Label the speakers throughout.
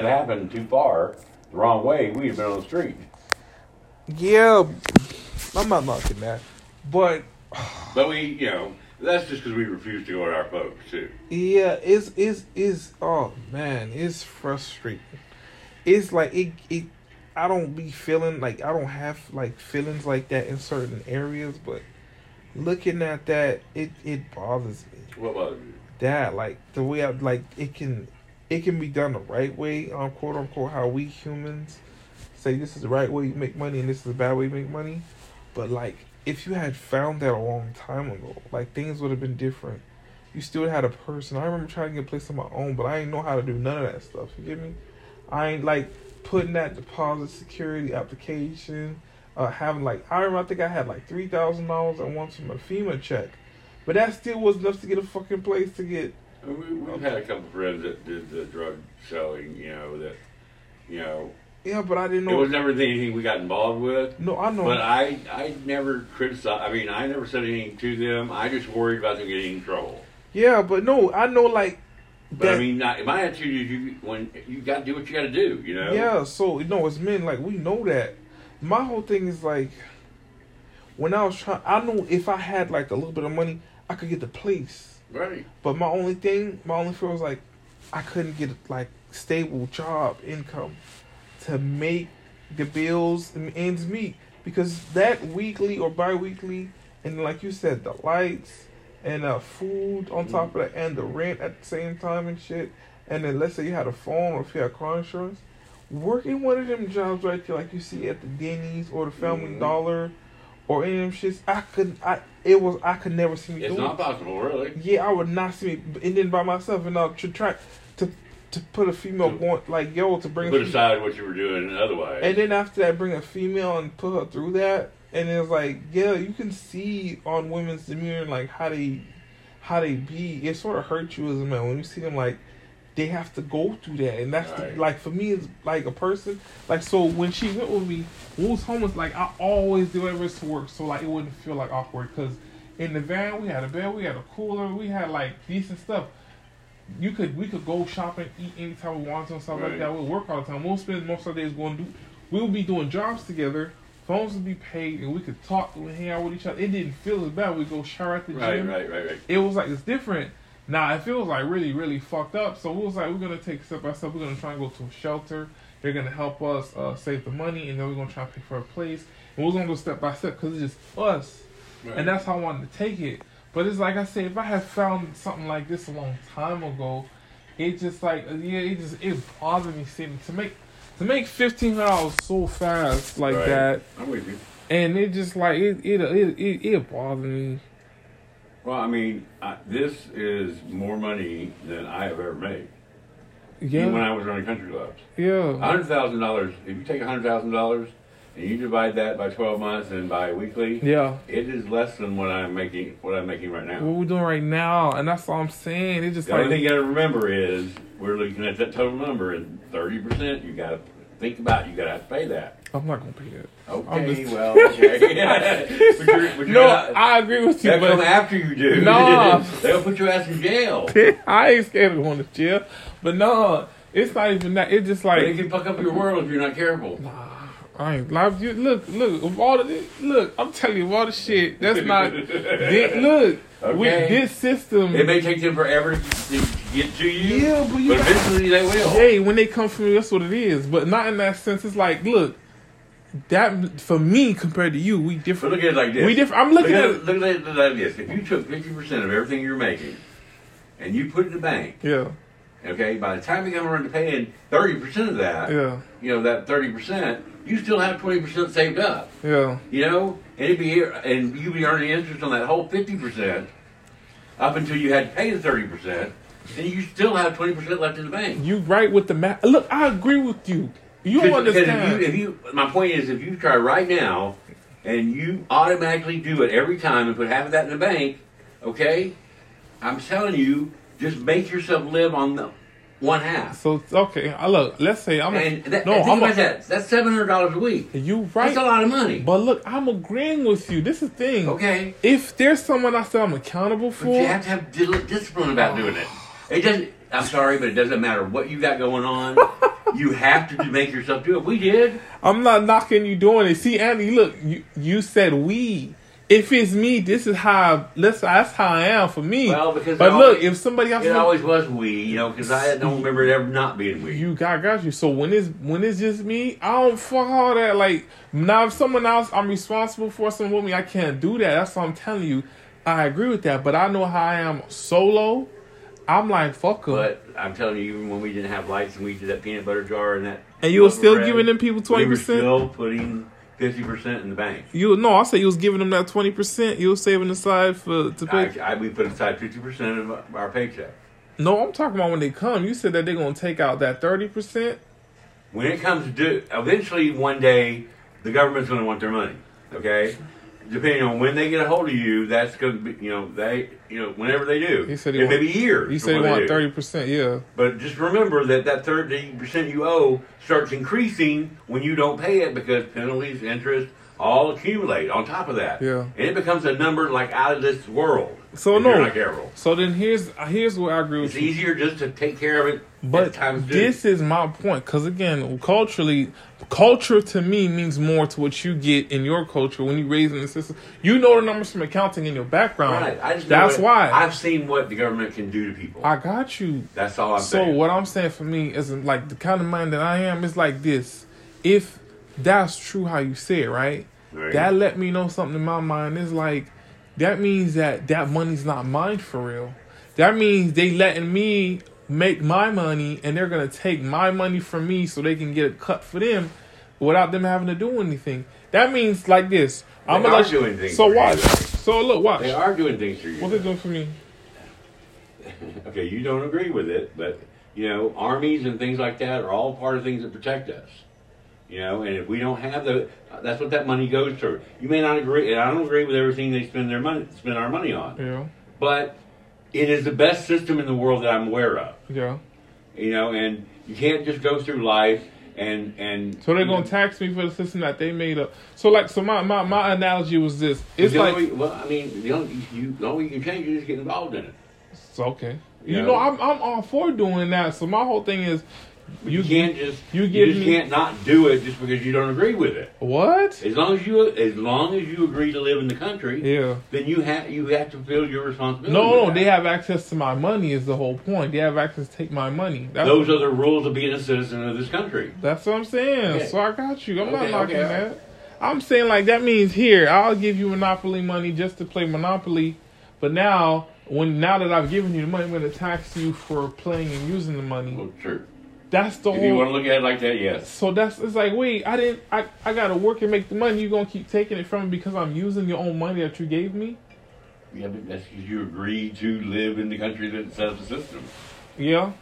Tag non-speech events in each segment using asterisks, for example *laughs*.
Speaker 1: had happened too far, the wrong way, we'd have been on the street.
Speaker 2: Yeah, I'm not knocking that, but
Speaker 1: But we, you know, that's just because we refuse to go to our folks too.
Speaker 2: yeah, it's it's it's oh man, it's frustrating. It's like it it. I don't be feeling like I don't have like feelings like that in certain areas, but looking at that, it it bothers me.
Speaker 1: What bothers you?
Speaker 2: that like the way I like it can it can be done the right way um quote unquote how we humans say this is the right way you make money and this is the bad way you make money but like if you had found that a long time ago like things would have been different you still had a person I remember trying to get a place on my own but I didn't know how to do none of that stuff you get me I ain't like putting that deposit security application uh having like I remember I think I had like three thousand dollars at once from a FEMA check but that still was enough to get a fucking place to get.
Speaker 1: We, we've had a couple friends that did the drug selling, you know, that, you know,
Speaker 2: Yeah, but I didn't
Speaker 1: it
Speaker 2: know.
Speaker 1: was never anything we got involved with.
Speaker 2: no, I know.
Speaker 1: But I, I never criticized. I mean, I never said anything to them. I just worried about them getting in trouble.
Speaker 2: yeah, but no, I know like.
Speaker 1: But I mean, not, my attitude is you when you got to do what you got to do. You know.
Speaker 2: Yeah, so no, it's men like we know that. My whole thing is like, when I was trying, I knew if I had like a little bit of money, I could get the place.
Speaker 1: Right.
Speaker 2: But my only thing, my only fear was like, I couldn't get like stable job income to make the bills and ends meet because that weekly or bi-weekly and like you said the lights and uh food
Speaker 1: Mm-hmm.
Speaker 2: on top of that and the rent at the same time and shit and then let's say you had a phone or if you had car insurance working one of them jobs right there like you see at the denny's or the family
Speaker 1: Mhm.
Speaker 2: dollar or any of them shits i could i it was i could never see me
Speaker 1: It's
Speaker 2: doing it.
Speaker 1: not possible, really.
Speaker 2: Yeah, I would not see me and then by myself, and I'll tr- try to to put a female
Speaker 1: To-
Speaker 2: going like yo to bring. a
Speaker 1: Put
Speaker 2: fem-
Speaker 1: aside what you were doing otherwise.
Speaker 2: and then after that, bring a female and put her through that, and it's like yeah, you can see on women's demeanor like how they how they be. It sort of hurts you as a man when you see them like they have to go through that, and that's
Speaker 1: Right.
Speaker 2: the, like for me as like a person like so when she went with me, we was homeless. Like I always do whatever it's to work, so like it wouldn't feel like awkward because. In the van, we had a bed, we had a cooler, we had like decent stuff. You could we could go shopping, eat anytime we wanted to, and stuff like
Speaker 1: Right.
Speaker 2: that. We'll work all the time. We'll spend most of the days going to do. We'll be doing jobs together. Phones would be paid, and we could talk and hang out with each other. It didn't feel as bad. We go shower at the
Speaker 1: right,
Speaker 2: gym.
Speaker 1: right, right, right.
Speaker 2: It was like it's different. Now it feels like really, really fucked up. So we was like, we're gonna take step by step. We're gonna try and go to a shelter. They're gonna help us uh, save the money, and then we're gonna try and pay for a place. And we're gonna go step by step because it's just us
Speaker 1: right.
Speaker 2: and that's how I wanted to take it. But it's like I said, if I had found something like this a long time ago, it just like uh, yeah, it just it bothered me seeing to make to make fifteen hundred dollars so fast like
Speaker 1: Right.
Speaker 2: that,
Speaker 1: I'm with you.
Speaker 2: and it just like it it uh, it it, it bothered me.
Speaker 1: Well, I mean, I, this is more money than I have ever made. Even when
Speaker 2: Yeah,
Speaker 1: I was running country clubs.
Speaker 2: yeah,
Speaker 1: hundred thousand dollars. If you take hundred thousand dollars and you divide that by twelve months and by weekly,
Speaker 2: yeah.
Speaker 1: it is less than what I'm making. What I'm making right
Speaker 2: What
Speaker 1: now.
Speaker 2: we're doing right now, and that's all I'm saying. It just
Speaker 1: The only
Speaker 2: like
Speaker 1: thing you got to remember is we're looking at that total number, and thirty percent you got to think about. You got to have to pay that.
Speaker 2: I'm not gonna pay it. I'm
Speaker 1: Okay, *laughs*
Speaker 2: just- *laughs*
Speaker 1: well, okay. but you're, but you're
Speaker 2: No,
Speaker 1: not,
Speaker 2: I agree with you,
Speaker 1: they'll come
Speaker 2: but
Speaker 1: after you do.
Speaker 2: No.
Speaker 1: *laughs* they'll put your ass in jail.
Speaker 2: *laughs* I ain't scared of going to jail. But no, it's not even that. It's just like
Speaker 1: They can fuck up your world if you're not careful.
Speaker 2: I ain't live you look look of all the look I'm telling you of all the
Speaker 1: *laughs*
Speaker 2: shit that's not thi- look
Speaker 1: Okay.
Speaker 2: with this system
Speaker 1: It may take them forever to to get to you,
Speaker 2: Yeah, but you
Speaker 1: but
Speaker 2: got-
Speaker 1: eventually they will.
Speaker 2: hey when they come from you that's what it is but not in that sense it's like look that for me compared to you we
Speaker 1: But
Speaker 2: different
Speaker 1: look at it like this.
Speaker 2: we different I'm looking
Speaker 1: look
Speaker 2: at
Speaker 1: at, it, look at it like this. If you took fifty percent of everything you're making and you put it in the bank,
Speaker 2: yeah
Speaker 1: okay, by the time you come around to paying thirty percent of that,
Speaker 2: yeah
Speaker 1: you know that thirty percent, you still have twenty percent saved up.
Speaker 2: yeah
Speaker 1: You know, and it'd be and you'd be earning interest on that whole fifty percent up until you had to pay the thirty percent, and you still have twenty percent left in the bank.
Speaker 2: you right with the math look I agree with you you don't
Speaker 1: 'Cause- 'cause
Speaker 2: understand
Speaker 1: If you, if you, my point is, if you try right now and you automatically do it every time and put half of that in the bank, okay? I'm telling you, just make yourself live on the one half.
Speaker 2: so it's okay I look let's say I'm
Speaker 1: And
Speaker 2: a,
Speaker 1: that,
Speaker 2: no
Speaker 1: think
Speaker 2: I'm
Speaker 1: about
Speaker 2: a,
Speaker 1: that. That's seven hundred dollars a week.
Speaker 2: you
Speaker 1: That's a
Speaker 2: right
Speaker 1: lot of money.
Speaker 2: but look I'm agreeing with you this is the thing
Speaker 1: okay,
Speaker 2: If there's someone else that I'm accountable
Speaker 1: but you
Speaker 2: for,
Speaker 1: have to have
Speaker 2: *laughs*
Speaker 1: dil- discipline about doing it. It doesn't. I'm sorry, but it doesn't matter what you got going on. you have to make yourself do it. We did.
Speaker 2: I'm not knocking you doing it. See, Andy, look, you, you said we. If it's me, this is how. Listen, that's how I am for me.
Speaker 1: Well, because
Speaker 2: but
Speaker 1: it
Speaker 2: look,
Speaker 1: always-
Speaker 2: if somebody else,
Speaker 1: It always was we, you know, because I don't remember it ever not being we.
Speaker 2: you got got you. So when it's when it's just me, I don't fuck all that. Like now, if someone else, I'm responsible for some with me. I can't do that. That's what I'm telling you. I agree with that, but I know how I am solo. I'm like fuck 'em.
Speaker 1: But I'm telling you, even when we didn't have lights and we did that peanut butter jar and that,
Speaker 2: and you were still
Speaker 1: bread,
Speaker 2: giving them people
Speaker 1: we
Speaker 2: twenty
Speaker 1: were
Speaker 2: percent.
Speaker 1: still putting fifty percent in the bank.
Speaker 2: You no, I said you was giving them that twenty percent. You was saving aside for to pay.
Speaker 1: I, I, we put aside fifty percent of our paycheck.
Speaker 2: No, I'm talking about when they come. You said that they're gonna take out that thirty percent.
Speaker 1: When it comes due, eventually one day the government's going to want their money. Okay, depending on when they get a hold of you, that's going to be you know they you know whenever they do,
Speaker 2: He said he
Speaker 1: it may
Speaker 2: want-
Speaker 1: be years.
Speaker 2: You
Speaker 1: from
Speaker 2: said you
Speaker 1: when they
Speaker 2: want
Speaker 1: do.
Speaker 2: thirty percent. Yeah,
Speaker 1: But just remember that that thirty percent you owe starts increasing when you don't pay it because penalties, interest, all accumulate on top of that.
Speaker 2: Yeah.
Speaker 1: and it becomes a number like out of this world.
Speaker 2: So
Speaker 1: if
Speaker 2: no.
Speaker 1: you're not careful.
Speaker 2: So then here's here's where I agree with
Speaker 1: It's
Speaker 2: you.
Speaker 1: easier just to take care of it. as
Speaker 2: But
Speaker 1: times due.
Speaker 2: this is my point, because again, culturally, culture to me means more to what you get in your culture when you raise in the system. You know the numbers from accounting in your background.
Speaker 1: right? I just know
Speaker 2: That's
Speaker 1: what-
Speaker 2: why I,
Speaker 1: I've seen what the government can do to people.
Speaker 2: got you.
Speaker 1: That's all I'm
Speaker 2: so
Speaker 1: saying.
Speaker 2: what I'm saying for me is like the kind of mind that I am is like this. If that's true, how you say it, right?
Speaker 1: Right.
Speaker 2: That let me know something in my mind is like that means that that money's not mine for real. That means they letting me make my money and they're gonna take my money from me so they can get a cut for them without them having to do anything. That means like this. I'm
Speaker 1: They
Speaker 2: gonna
Speaker 1: are
Speaker 2: let you-
Speaker 1: doing things
Speaker 2: So
Speaker 1: for you,
Speaker 2: watch.
Speaker 1: though.
Speaker 2: So look, watch.
Speaker 1: They are doing things for you.
Speaker 2: What they doing for me?
Speaker 1: okay, you don't agree with it, but you know, armies and things like that are all part of things that protect us. You know, and if we don't have the, that's what that money goes to. You may not agree, and I don't agree with everything they spend their money, spend our money on,
Speaker 2: Yeah.
Speaker 1: but it is the best system in the world that I'm aware of.
Speaker 2: Yeah.
Speaker 1: You know, and you can't just go through life and and
Speaker 2: So they're gonna tax me for the system that they made up. So like, so my my, my analogy was this. It's
Speaker 1: the only
Speaker 2: like
Speaker 1: way- well, I mean, the only you the only way you can change it is get involved in it.
Speaker 2: it's okay. You
Speaker 1: Yeah.
Speaker 2: know, I'm I'm all for doing that. So my whole thing is,
Speaker 1: But you, can't just
Speaker 2: you
Speaker 1: you,
Speaker 2: give
Speaker 1: just
Speaker 2: me-
Speaker 1: can't not do it just because you don't agree with it.
Speaker 2: what?
Speaker 1: As long as you, as long as you agree to live in the country,
Speaker 2: Yeah.
Speaker 1: then you have you have to feel your responsibility.
Speaker 2: No,
Speaker 1: with
Speaker 2: no, they
Speaker 1: that.
Speaker 2: have access to my money. Is the whole point? They have access to take my money. That's
Speaker 1: Those are the rules of being a citizen of this country.
Speaker 2: that's what I'm saying.
Speaker 1: Okay.
Speaker 2: So I got you. I'm not
Speaker 1: Okay,
Speaker 2: knocking
Speaker 1: okay, all
Speaker 2: that. I'm saying like that means here I'll give you monopoly money just to play monopoly, but now when now that I've given you the money, I'm gonna tax you for playing and using the money.
Speaker 1: Well, true.
Speaker 2: That's the
Speaker 1: If
Speaker 2: whole.
Speaker 1: you want to look at it like that, yes.
Speaker 2: So that's it's like wait, I didn't I, I gotta work and make the money. You gonna keep taking it from me because I'm using your own money that you gave me?
Speaker 1: Yeah, but that's because you agree to live in the country that sets the system.
Speaker 2: Yeah.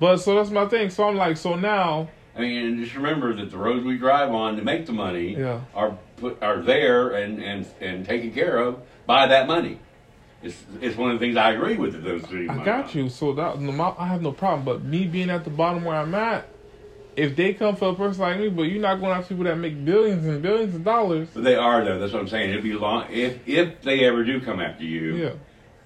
Speaker 2: But so that's my thing. So I'm like, so now
Speaker 1: I mean, and just remember that the roads we drive on to make the money
Speaker 2: Yeah.
Speaker 1: are put, are there and, and and taken care of by that money. It's it's one of the things I agree with. That those three
Speaker 2: I got you. So that no, my, I have no problem. But me being at the bottom where I'm at, if they come for a person like me, but you're not going after people that make billions and billions of dollars.
Speaker 1: But they are though. That's what I'm saying. It'd be long if if they ever do come after you.
Speaker 2: Yeah,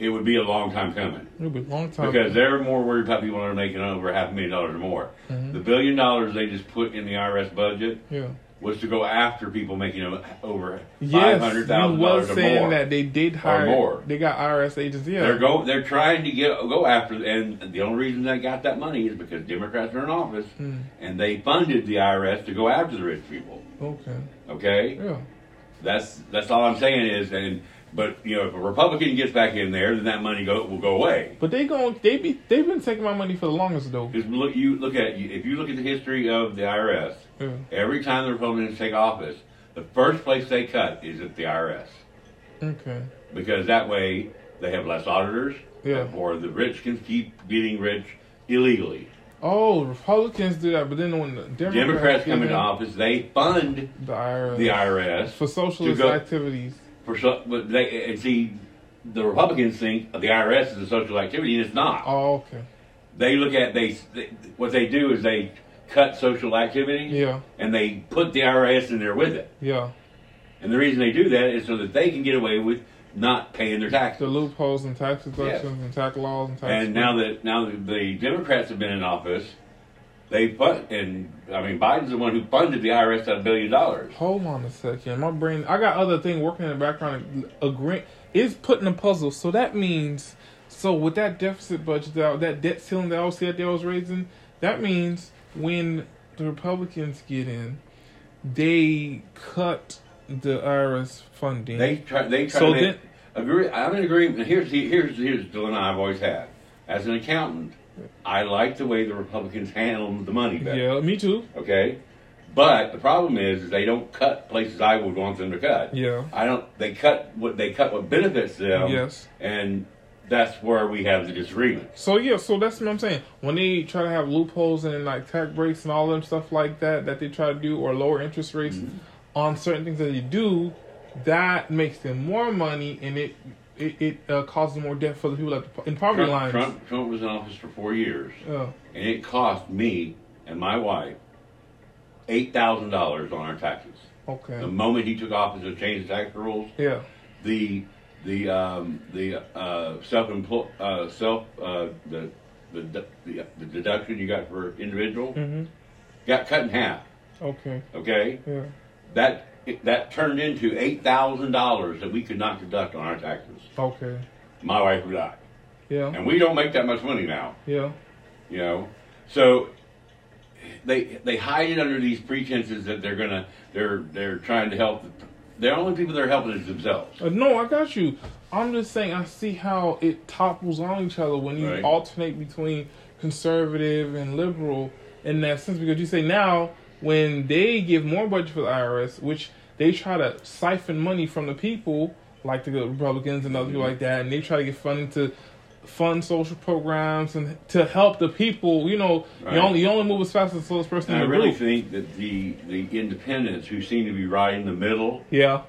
Speaker 1: it would be a long time coming
Speaker 2: it'll be a long time.
Speaker 1: because they're more worried about people that are making over half a million dollars or more.
Speaker 2: Mm-hmm.
Speaker 1: The billion dollars they just put in the IRS budget
Speaker 2: yeah.
Speaker 1: was to go after people making o- over five
Speaker 2: Yes,
Speaker 1: hundred
Speaker 2: you
Speaker 1: thousand dollars
Speaker 2: was
Speaker 1: or
Speaker 2: saying
Speaker 1: more.
Speaker 2: that they did hire.
Speaker 1: more.
Speaker 2: They got IRS agents. Yeah,
Speaker 1: They're go they're trying to get go after and the only reason they got that money is because Democrats are in office
Speaker 2: Mm-hmm. Mm,
Speaker 1: and they funded the IRS to go after the rich people.
Speaker 2: okay.
Speaker 1: Okay?
Speaker 2: Yeah,
Speaker 1: That's that's all I'm saying is and but you know if a Republican gets back in there then that money go will go away.
Speaker 2: but they going they be they've been taking my money for the longest though.
Speaker 1: Because look, you look at if you look at the history of the IRS,
Speaker 2: Yeah.
Speaker 1: every time the Republicans take office, the first place they cut is at the IRS
Speaker 2: Okay.
Speaker 1: because that way they have less auditors,
Speaker 2: Yeah.
Speaker 1: or the rich can keep getting rich illegally.
Speaker 2: Oh, Republicans do that, but then when the Democrats,
Speaker 1: Democrats
Speaker 2: get
Speaker 1: come into
Speaker 2: in,
Speaker 1: office, they fund
Speaker 2: the IRS,
Speaker 1: the IRS
Speaker 2: for socialist
Speaker 1: to go-
Speaker 2: activities.
Speaker 1: for so, but they and see the Republicans think the IRS is a social activity, and it's not.
Speaker 2: Oh, okay.
Speaker 1: they look at they, they what they do is they cut social activities
Speaker 2: Yeah.
Speaker 1: and they put the IRS in there with it.
Speaker 2: Yeah,
Speaker 1: And the reason they do that is so that they can get away with not paying their
Speaker 2: the
Speaker 1: taxes.
Speaker 2: loopholes and tax deductions and tax laws and tax.
Speaker 1: And now that now that the Democrats have been in office, They put and I mean Biden's the one who funded the IRS at a billion dollars.
Speaker 2: Hold on a second. My brain. I got other thing working in the background. Agreeing is putting a puzzle. So that means. So with that deficit budget, that, that debt ceiling that I was that I was raising, that means when the Republicans get in, they cut the IRS funding.
Speaker 1: They try. They try.
Speaker 2: So
Speaker 1: to make-
Speaker 2: then-
Speaker 1: agree. I'm in agreement. Here's the, here's here's the dilemma I've always had. As an accountant, I like the way the Republicans handle the money better.
Speaker 2: yeah, me too.
Speaker 1: Okay, but the problem is, is they don't cut places I would want them to cut.
Speaker 2: Yeah.
Speaker 1: I don't. They cut what they cut what benefits them.
Speaker 2: Yes.
Speaker 1: and that's where we have the disagreement.
Speaker 2: So yeah, so that's what I'm saying. When they try to have loopholes and like tax breaks and all them stuff like that that they try to do, or lower interest rates on certain things that they do, that makes them more money and it it, it uh, causes more debt for the people at the, in poverty
Speaker 1: Trump,
Speaker 2: lines.
Speaker 1: Trump, Trump was in office for four years,
Speaker 2: Yeah.
Speaker 1: and it cost me and my wife eight thousand dollars on our taxes.
Speaker 2: Oh, okay.
Speaker 1: The moment he took office and changed the tax rules,
Speaker 2: yeah.
Speaker 1: the the um, the uh, self uh, self uh, the, the de- the the deduction you got for individual
Speaker 2: hmm
Speaker 1: got cut in half.
Speaker 2: Okay.
Speaker 1: Okay,
Speaker 2: Yeah.
Speaker 1: that that turned into eight thousand dollars that we could not deduct on our taxes.
Speaker 2: Okay.
Speaker 1: My wife would die,
Speaker 2: Yeah.
Speaker 1: and we don't make that much money now.
Speaker 2: Yeah.
Speaker 1: You know, so they they hide it under these pretenses that they're gonna they're they're trying to help. The only people they're helping is themselves.
Speaker 2: Uh, no, I got you. I'm just saying I see how it topples on each other when you
Speaker 1: Right.
Speaker 2: alternate between conservative and liberal in that sense because you say now when they give more budget for the IRS, which they try to siphon money from the people, like the Republicans and other people like that, and they try to get funding to fund social programs and to help the people. You know,
Speaker 1: Right.
Speaker 2: you only you only move as fast as the slowest person
Speaker 1: And I
Speaker 2: in the
Speaker 1: really
Speaker 2: group.
Speaker 1: think that the the independents who seem to be right in the middle,
Speaker 2: Yeah.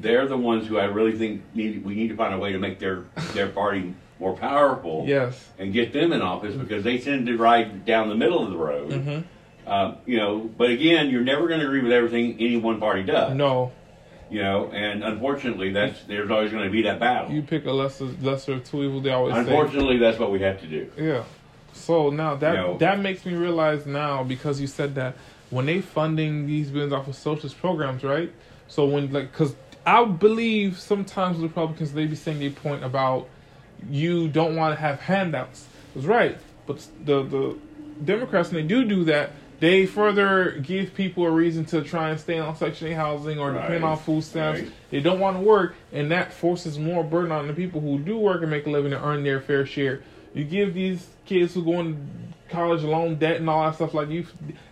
Speaker 1: they're the ones who I really think need we need to find a way to make their their party more powerful.
Speaker 2: Yes.
Speaker 1: and get them in office because they tend to ride down the middle of the road.
Speaker 2: Mhm.
Speaker 1: Um, you know, but again, you're never going to agree with everything any one party does.
Speaker 2: No.
Speaker 1: You know, and unfortunately, that's there's always going to be that
Speaker 2: You
Speaker 1: battle.
Speaker 2: pick a lesser lesser of two evils. They always say.
Speaker 1: Unfortunately, that's what we have to do.
Speaker 2: Yeah. So now that
Speaker 1: You know-
Speaker 2: that makes me realize now because you said that when they funding these bills off of socialist programs, right? So when like because I believe sometimes Republicans they be saying their point about you don't want to have handouts. That's right. But the the Democrats when they do do that. They further give people a reason to try and stay on Section 8 housing or depend
Speaker 1: Right.
Speaker 2: on food stamps.
Speaker 1: Right.
Speaker 2: They don't want to work, and that forces more burden on the people who do work and make a living and earn their fair share. You give these kids who go on college loan debt and all that stuff like you,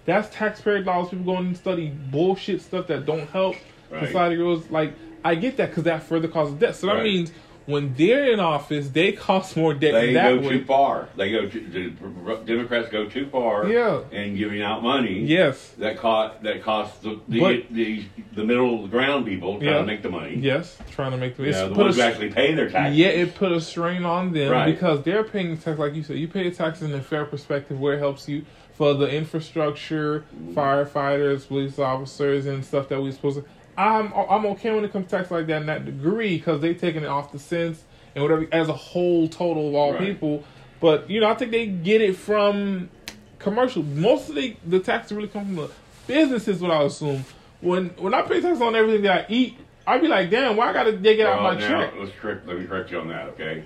Speaker 2: that's taxpayer dollars. People going and study bullshit stuff that don't help
Speaker 1: Right.
Speaker 2: society grows. Like I get that because that further causes debt. So that
Speaker 1: Right.
Speaker 2: means when they're in office, they *laughs* cost more debt
Speaker 1: They
Speaker 2: that
Speaker 1: go
Speaker 2: way.
Speaker 1: too far. They go. Too, the Democrats go too far.
Speaker 2: Yeah.
Speaker 1: in giving out money.
Speaker 2: Yes,
Speaker 1: That cost that cost the the,
Speaker 2: But-
Speaker 1: the the middle ground people trying
Speaker 2: Yeah.
Speaker 1: to make the money.
Speaker 2: yes, trying to make the,
Speaker 1: you
Speaker 2: it's
Speaker 1: know, the
Speaker 2: put
Speaker 1: ones who
Speaker 2: a-
Speaker 1: actually pay their taxes.
Speaker 2: Yeah, it put a strain on them
Speaker 1: Right.
Speaker 2: because they're paying tax, like you said. You pay the taxes in a fair perspective where it helps you for the infrastructure,
Speaker 1: Mm-hmm.
Speaker 2: firefighters, police officers, and stuff that we're supposed to. I'm I'm okay when it comes to tax like that in that degree because they taking it off the cents and whatever as a whole total of all
Speaker 1: Right.
Speaker 2: people. But you know, I think they get it from commercial. Most of the the taxes really come from the businesses, what I assume. When when I pay tax on everything that I eat, I be like, damn, why I gotta dig it out
Speaker 1: Well,
Speaker 2: my
Speaker 1: now,
Speaker 2: check?
Speaker 1: Let's correct, let me correct you on that, okay?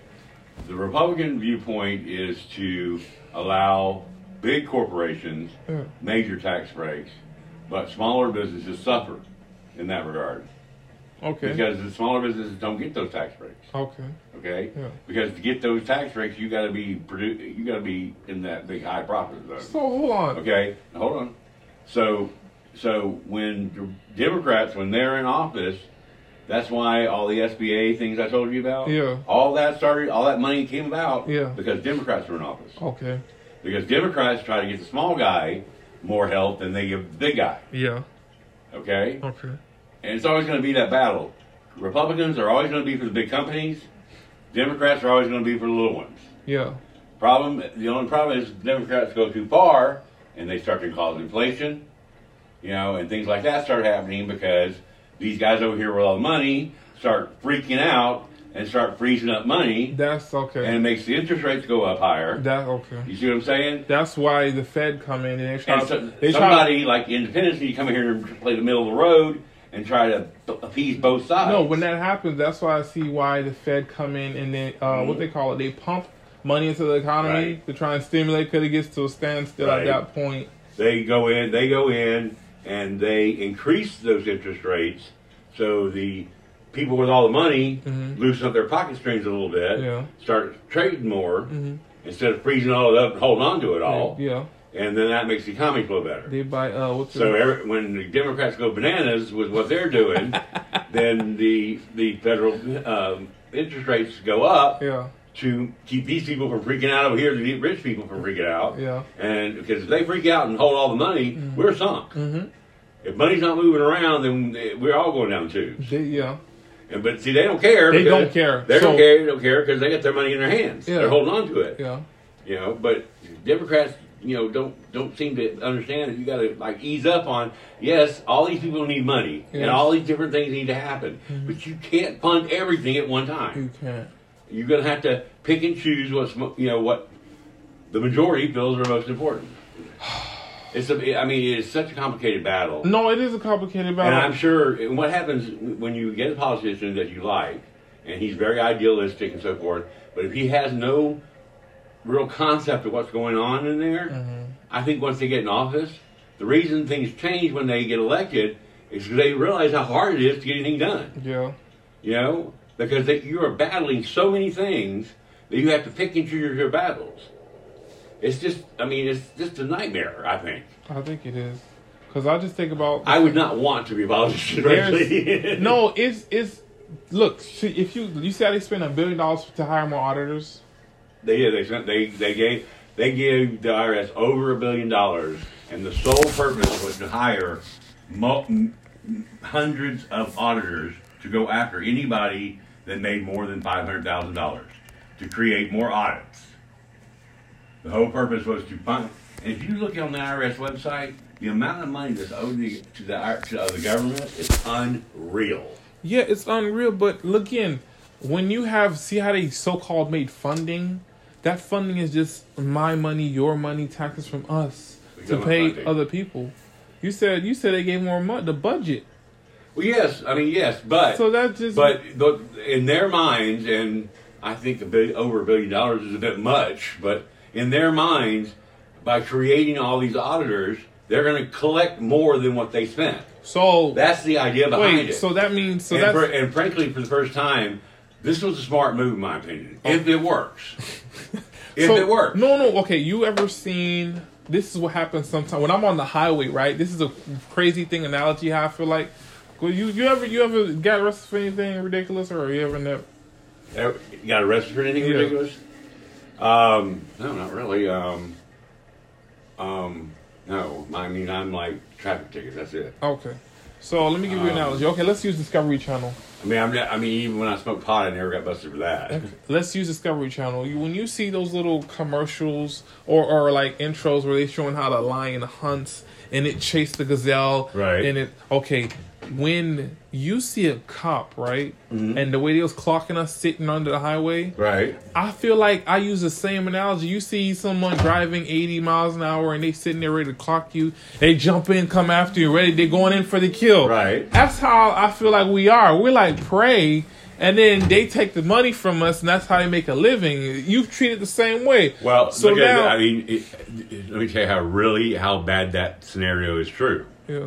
Speaker 1: The Republican viewpoint is to allow big corporations
Speaker 2: Mm.
Speaker 1: major tax breaks, but smaller businesses suffer in that regard
Speaker 2: Okay.
Speaker 1: because the smaller businesses don't get those tax breaks,
Speaker 2: Okay.
Speaker 1: okay?
Speaker 2: Yeah.
Speaker 1: Because to get those tax breaks, you got to be produ- you got to be in that big high profit zone.
Speaker 2: So hold on.
Speaker 1: Okay, now, hold on. So, so when the Democrats, when they're in office, that's why all the SBA things I told you about.
Speaker 2: Yeah.
Speaker 1: All that started. All that money came about.
Speaker 2: Yeah.
Speaker 1: Because Democrats were in office.
Speaker 2: Okay.
Speaker 1: Because Democrats try to get the small guy more help than they give the big guy.
Speaker 2: Yeah.
Speaker 1: Okay.
Speaker 2: Okay.
Speaker 1: And it's always going to be that battle. Republicans are always going to be for the big companies. Democrats are always going to be for the little ones.
Speaker 2: Yeah.
Speaker 1: Problem. The only problem is Democrats go too far, and they start to cause inflation, you know, and things like that start happening because these guys over here with all the money start freaking out and start freezing up money,
Speaker 2: That's okay.
Speaker 1: and it makes the interest rates go up higher.
Speaker 2: that okay.
Speaker 1: You see what I'm saying?
Speaker 2: That's why the Fed come in and they try.
Speaker 1: And so,
Speaker 2: they
Speaker 1: somebody like Independence, you come in here and play the middle of the road and try to b- appease both
Speaker 2: try.
Speaker 1: sides.
Speaker 2: No, when that happens, that's why I see why the Fed come in and they uh, what they call it. They pump money into the economy
Speaker 1: Mm-hmm. Right.
Speaker 2: to try and stimulate because it gets to a standstill
Speaker 1: Right.
Speaker 2: at that point.
Speaker 1: they go in, they go in, and they increase those interest rates, so the people with all the money loosen up their pocket strings a little bit,
Speaker 2: Mm-hmm. Yeah. Mm-hmm.
Speaker 1: start trading more instead of freezing all it up and holding on to it all,
Speaker 2: Yeah,
Speaker 1: and then that makes the economy flow better.
Speaker 2: they buy uh what's
Speaker 1: So
Speaker 2: it?
Speaker 1: every, when the Democrats go bananas with what they're
Speaker 2: *laughs*
Speaker 1: doing, then the the federal um, interest rates go up
Speaker 2: Yeah,
Speaker 1: to keep these people from freaking out over here, the rich people from freaking out.
Speaker 2: Yeah.
Speaker 1: And because if they freak out and hold all the money, we're sunk.
Speaker 2: Mhm.
Speaker 1: If money's not moving around, then we're all going down tubes.
Speaker 2: they, yeah.
Speaker 1: And but see, they don't care.
Speaker 2: They
Speaker 1: because-
Speaker 2: don't care.
Speaker 1: They don't
Speaker 2: So-
Speaker 1: care. They don't care because they got their money in their hands.
Speaker 2: Yeah.
Speaker 1: They're holding on to it.
Speaker 2: Yeah.
Speaker 1: You know, but Democrats, you know, don't don't seem to understand that you got to like ease up on. Yes, all these people need money, and
Speaker 2: Yes. Mm-hmm.
Speaker 1: all these different things need to happen. But you can't fund everything at one time.
Speaker 2: You can't.
Speaker 1: You're going to have to pick and choose what's mo- you know what the majority feels are most important. It's a, I mean, it's such a complicated battle,
Speaker 2: No, it is a complicated
Speaker 1: and
Speaker 2: battle.
Speaker 1: I'm sure and what happens when you get a politician that you like, and he's very idealistic and so forth. But if he has no real concept of what's going on in there,
Speaker 2: Mm-hmm.
Speaker 1: I think once they get in office, the reason things change when they get elected is because they realize how hard it is to get anything done.
Speaker 2: yeah.
Speaker 1: You know, because that you are battling so many things that you have to pick and choose your battles. It's just, I mean, it's just a nightmare. I think
Speaker 2: I think it is. Cause I just think about
Speaker 1: I would not want to be a politician.
Speaker 2: There's-
Speaker 1: *laughs* frankly.
Speaker 2: no, it's it's look. See, if you you see how they spend a billion dollars to hire more auditors,
Speaker 1: they yeah, they sent they they gave they gave the IRS over a billion dollars, and the sole purpose was to hire mo- m- hundreds of auditors to go after anybody that made more than five hundred thousand dollars to create more audits. The whole purpose was to find. And if you look on the IRS website, the amount of money that's owed the, to the I- to the government is unreal.
Speaker 2: yeah, it's unreal. But look in when you have see how they so called made funding. That funding is just my money, your money, taxes from us
Speaker 1: We
Speaker 2: to
Speaker 1: got
Speaker 2: pay
Speaker 1: funding.
Speaker 2: other people. You said you said they gave more money the budget,
Speaker 1: Well, yes, I mean yes, but
Speaker 2: so that just
Speaker 1: But the, in their minds, and I think a billion, over a billion dollars is a bit much, but in their minds, by creating all these auditors, they're going to collect more than what they spent.
Speaker 2: so
Speaker 1: That's the idea behind
Speaker 2: wait,
Speaker 1: it.
Speaker 2: so that means so
Speaker 1: and,
Speaker 2: that's
Speaker 1: fr- and frankly, for the first time, this was a smart move, in my opinion. If it
Speaker 2: *laughs*
Speaker 1: works, if
Speaker 2: Oh. So-
Speaker 1: it works,
Speaker 2: No, no. Okay, you ever seen? This is what happens sometimes when I'm on the highway, right? This is a crazy thing analogy. How I feel like. Well, you you ever you ever got arrested for anything ridiculous, or you ever never?
Speaker 1: Ever- you got arrested for anything
Speaker 2: Yeah.
Speaker 1: ridiculous? Um, no, not really. Um, um, no, I mean I'm like traffic tickets. That's it.
Speaker 2: Okay, so let me give you an
Speaker 1: Um,
Speaker 2: analogy. Okay, let's use Discovery Channel.
Speaker 1: I mean, I'm not, I mean, even when I smoked pot, I never got busted for that.
Speaker 2: Let's use Discovery Channel. You, when you see those little commercials or, or like intros where they showing how the lion hunts and it chased the gazelle,
Speaker 1: Right.
Speaker 2: And it okay, when you see a cop, right, and the way they was clocking us sitting under the highway,
Speaker 1: Right.
Speaker 2: I feel like I use the same analogy. You see someone driving eighty miles an hour and they sitting there ready to clock you. They jump in, come after you, ready. They're going in for the kill,
Speaker 1: Right.
Speaker 2: that's how I feel like we are. We're like prey, and then they take the money from us, and that's how they make a living. You've treated the same way.
Speaker 1: Well,
Speaker 2: so
Speaker 1: look at,
Speaker 2: now,
Speaker 1: it. I mean, it, it- let me tell you how really how bad that scenario is true.
Speaker 2: yeah,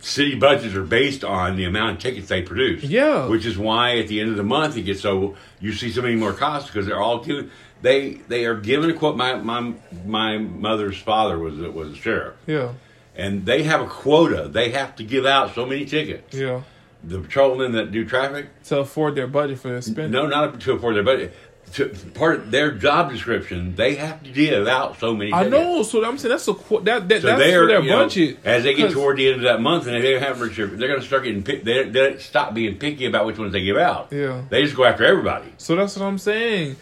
Speaker 1: City budgets are based on the amount of tickets they produce.
Speaker 2: Yeah.
Speaker 1: Which is why at the end of the month it gets so you see so many more costs because they're all given they they are given a quote. My my my mother's father was a- was a sheriff,
Speaker 2: yeah,
Speaker 1: and they have a quota. They have to give out so many tickets.
Speaker 2: yeah,
Speaker 1: The patrolmen that do traffic,
Speaker 2: to afford their budget for their spending.
Speaker 1: No, not to afford their budget. To, part of their job description, they have to give out so many.
Speaker 2: I
Speaker 1: tickets.
Speaker 2: know. So I'm saying that's a qu- that, that
Speaker 1: So
Speaker 2: that's
Speaker 1: they're
Speaker 2: for their
Speaker 1: you know,
Speaker 2: budget.
Speaker 1: as they get
Speaker 2: 'Cause-
Speaker 1: toward the end of that month, and if they have reserve, they're going to start getting pick, they they stop being picky about which ones they give out.
Speaker 2: Yeah.
Speaker 1: they just go after everybody.
Speaker 2: So that's what I'm saying.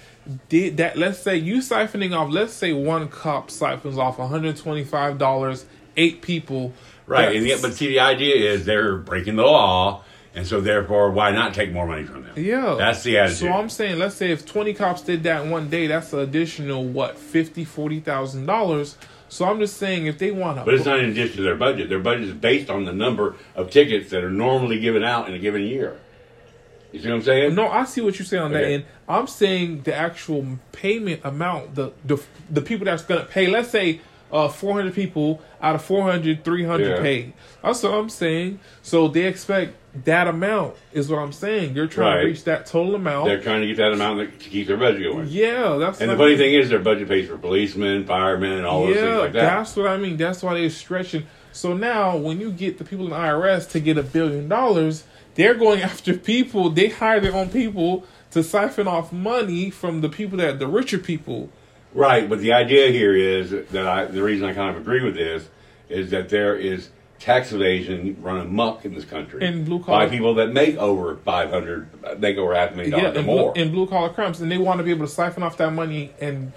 Speaker 2: Did that? Let's say you siphoning off. Let's say one cop siphons off 125 dollars. Eight people.
Speaker 1: Right, and yet,
Speaker 2: That's-
Speaker 1: but see, the idea is they're breaking the law, and so therefore, why not take more money from them?
Speaker 2: Yeah.
Speaker 1: That's the attitude.
Speaker 2: So I'm saying, let's say if 20 cops did that in one day, that's an additional, what, 50 $40,000. So I'm just saying, if they want to.
Speaker 1: But it's not in addition to their budget. Their budget is based on the number of tickets that are normally given out in a given year. You see what I'm saying?
Speaker 2: No, I see what you're saying on that
Speaker 1: Okay.
Speaker 2: end. I'm saying the actual payment amount, the the, the people that's going to pay. Let's say uh, 400 people out of 400, 300
Speaker 1: Yeah.
Speaker 2: paid. That's what I'm saying. So they expect that amount is what I'm saying. You're trying
Speaker 1: Right.
Speaker 2: to reach that total amount.
Speaker 1: They're trying to get that amount to keep their budget going.
Speaker 2: yeah, that's
Speaker 1: And the
Speaker 2: what
Speaker 1: funny
Speaker 2: I'm-
Speaker 1: thing is, their budget pays for policemen, firemen, and all those
Speaker 2: yeah,
Speaker 1: things like that.
Speaker 2: that's what I mean. That's why they're stretching. So now, when you get the people in the IRS to get a billion dollars, they're going *laughs* after people. They hire their own people to siphon off money from the people that the richer people.
Speaker 1: Right, but the idea here is that I, the reason I kind of agree with this is that there is tax evasion run amok in this country
Speaker 2: In blue
Speaker 1: by
Speaker 2: collar-
Speaker 1: people that make over five hundred, make over half a million dollars or
Speaker 2: in,
Speaker 1: more.
Speaker 2: blue, in blue collar crimes, and they want to be able to siphon off that money and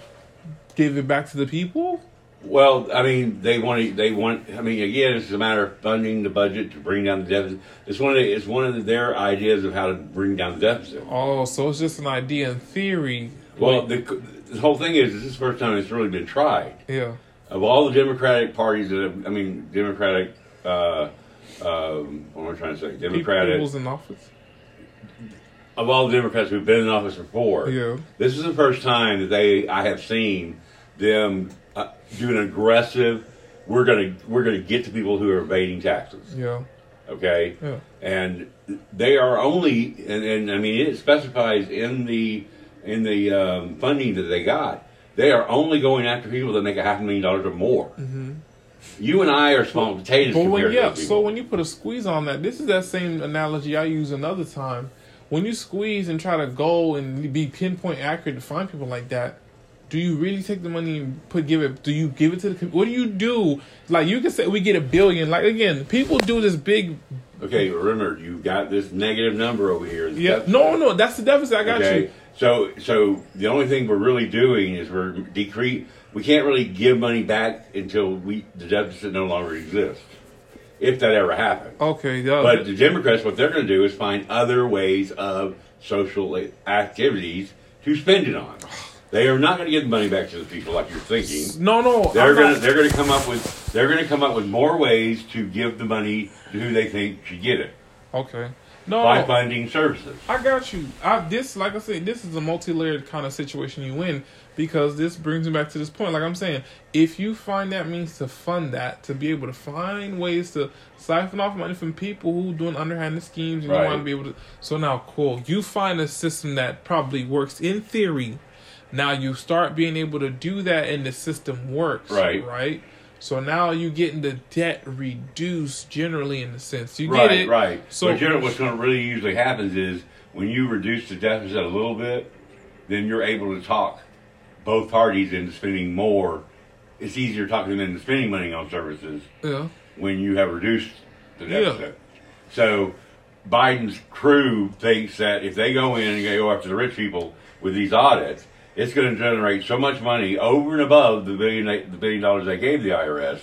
Speaker 2: give it back to the people.
Speaker 1: Well, I mean, they want to. They want. I mean, again, it's a matter of funding the budget to bring down the deficit. It's one of the, it's one of their ideas of how to bring down the deficit.
Speaker 2: Oh, so it's just an idea in theory.
Speaker 1: Well,
Speaker 2: Like,
Speaker 1: the, the whole thing is this is the first time it's really been tried.
Speaker 2: yeah,
Speaker 1: Of all the Democratic parties that have, I mean, Democratic. Uh, um, what am I trying to say? Democratic.
Speaker 2: people's in office.
Speaker 1: of all the Democrats who've been in office before,
Speaker 2: Yeah.
Speaker 1: this is the first time that they I have seen them uh, do an aggressive. We're gonna we're gonna get the people who are evading taxes.
Speaker 2: Yeah,
Speaker 1: okay
Speaker 2: Yeah.
Speaker 1: and they are only and, and i mean it specifies in the in the um, funding that they got they are only going after people that make a half a million dollars or more you and i are small potatoes
Speaker 2: but
Speaker 1: compared
Speaker 2: when
Speaker 1: to
Speaker 2: Mm-hmm. yeah,
Speaker 1: those
Speaker 2: so
Speaker 1: people.
Speaker 2: when you put a squeeze on that, this is that same analogy I use another time. When you squeeze and try to go and be pinpoint accurate to find people like that, do you really take the money and put give it? Do you give it to the? com- What do you do? Like you can say we get a billion. Like again, people do this big
Speaker 1: okay remember you got this negative number over here
Speaker 2: Yeah.
Speaker 1: That's-
Speaker 2: No, no, that's the deficit. I got
Speaker 1: okay
Speaker 2: you.
Speaker 1: so so the only thing we're really doing is we're decrease we can't really give money back until we the deficit no longer exists if that ever happens
Speaker 2: Okay. The,
Speaker 1: But the Democrats, what they're going to do is find other ways of social activities to spend it on. They are not going to give the money back to the people like you're thinking.
Speaker 2: no, no.
Speaker 1: They're
Speaker 2: I'm
Speaker 1: going to
Speaker 2: not-
Speaker 1: they're going to come up with they're going to come up with more ways to give the money to who they think should get it
Speaker 2: okay. No.
Speaker 1: by
Speaker 2: no.
Speaker 1: funding services.
Speaker 2: Oh. I got you. I this like I said, this is a multi-layered kind of situation you in because this brings me back to this point. Like I'm saying, if you find that means to fund that, to be able to find ways to siphon off money from people who doing underhanded schemes, and
Speaker 1: Right.
Speaker 2: you want to be able to. So now, cool. You find a system that probably works in theory. Now you start being able to do that, and the system works.
Speaker 1: Right.
Speaker 2: Right. So now you getting the debt reduced generally in the sense you
Speaker 1: Right,
Speaker 2: get it
Speaker 1: right.
Speaker 2: So
Speaker 1: So, but generally, what's going to really usually happens is when you reduce the deficit a little bit, then you're able to talk both parties into spending more. It's easier talking them into spending money on services
Speaker 2: yeah.
Speaker 1: when you have reduced the
Speaker 2: Yeah.
Speaker 1: deficit. So Biden's crew thinks that if they go in and they go after the rich people with these audits, it's going to generate so much money over and above the billion the billion dollars they gave the IRS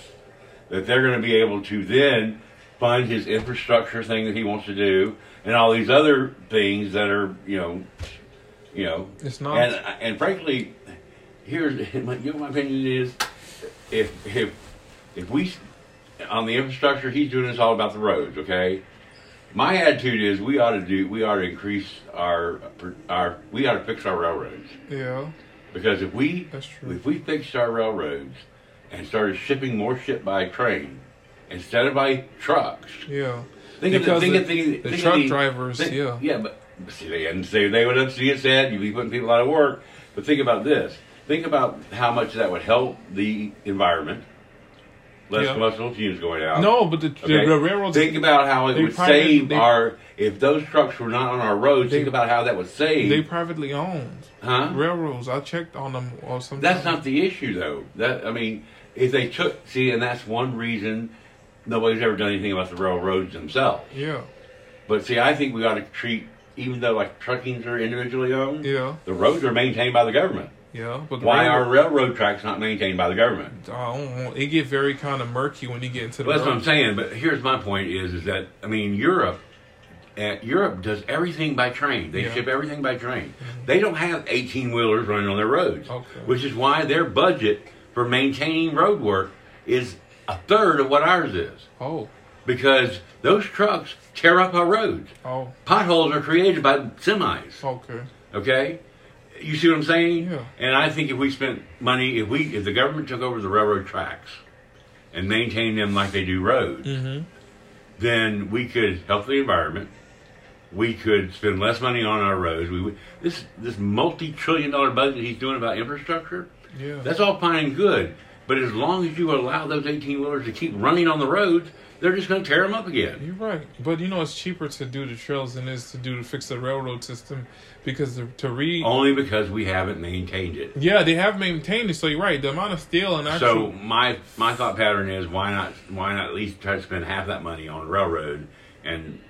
Speaker 1: that they're going to be able to then fund his infrastructure thing that he wants to do and all these other things that are you know you know
Speaker 2: It's not-
Speaker 1: and and frankly here's *laughs* my, you know what my opinion is if if if we on the infrastructure he's doing this all about the roads okay my attitude is we ought to do we ought to increase our our we ought to fix our railroads
Speaker 2: Yeah.
Speaker 1: because if we
Speaker 2: That's true.
Speaker 1: if we fixed our railroads and started shipping more shit by train instead of by trucks
Speaker 2: Yeah.
Speaker 1: think
Speaker 2: Because
Speaker 1: of the, think
Speaker 2: the-
Speaker 1: of the,
Speaker 2: the
Speaker 1: think of
Speaker 2: truck
Speaker 1: the-
Speaker 2: drivers,
Speaker 1: think-
Speaker 2: yeah.
Speaker 1: yeah but but see they didn't say they would see it said you'd be putting people out of work but think about this think about how much that would help the environment less
Speaker 2: Yeah.
Speaker 1: muscle fumes going out
Speaker 2: No, but the,
Speaker 1: Okay.
Speaker 2: the, the railroads.
Speaker 1: Think about how it
Speaker 2: they
Speaker 1: would
Speaker 2: private-
Speaker 1: save
Speaker 2: they-
Speaker 1: our if those trucks were not on our roads.
Speaker 2: They-
Speaker 1: think about how that would save.
Speaker 2: They privately owned
Speaker 1: huh?
Speaker 2: railroads. I checked on them or something.
Speaker 1: That's not the issue though. That I mean, if they took see, and that's one reason nobody's ever done anything about the railroads themselves.
Speaker 2: Yeah,
Speaker 1: But see, I think we ought to treat even though like truckings are individually owned.
Speaker 2: yeah,
Speaker 1: The roads are maintained by the government.
Speaker 2: yeah. But the
Speaker 1: Why are
Speaker 2: railroad-
Speaker 1: railroad tracks not maintained by the government?
Speaker 2: I don't know. It get very kind of murky when you get into the.
Speaker 1: Well, that's what I'm
Speaker 2: roads.
Speaker 1: saying. But here's my point: is is that I mean Europe uh, Europe does everything by train. They
Speaker 2: Yeah. Mm-hmm.
Speaker 1: ship everything by train. They don't have 18 wheelers running on their roads,
Speaker 2: Okay.
Speaker 1: which is why their budget for maintaining road work is a third of what ours is.
Speaker 2: Oh,
Speaker 1: Because those trucks tear up our roads.
Speaker 2: oh,
Speaker 1: Potholes are created by semis.
Speaker 2: okay.
Speaker 1: Okay, you see what I'm saying?
Speaker 2: Yeah.
Speaker 1: And I think if we spent money, if we, if the government took over the railroad tracks and maintained them like they do roads,
Speaker 2: Mm-hmm.
Speaker 1: then we could help the environment. We could spend less money on our roads. We would, this this multi-trillion-dollar budget he's doing about infrastructure.
Speaker 2: Yeah.
Speaker 1: That's all fine and good, but as long as you allow those 18 wheelers to keep running on the roads, they're just going to tear them up again.
Speaker 2: You're right, but you know it's cheaper to do the trails than it is to do to fix the railroad system because the, to re
Speaker 1: Only because we haven't maintained it.
Speaker 2: yeah they have maintained it. So you're right, the amount of steel and
Speaker 1: So
Speaker 2: actual
Speaker 1: my my thought pattern is why not why not at least try to spend half that money on railroad and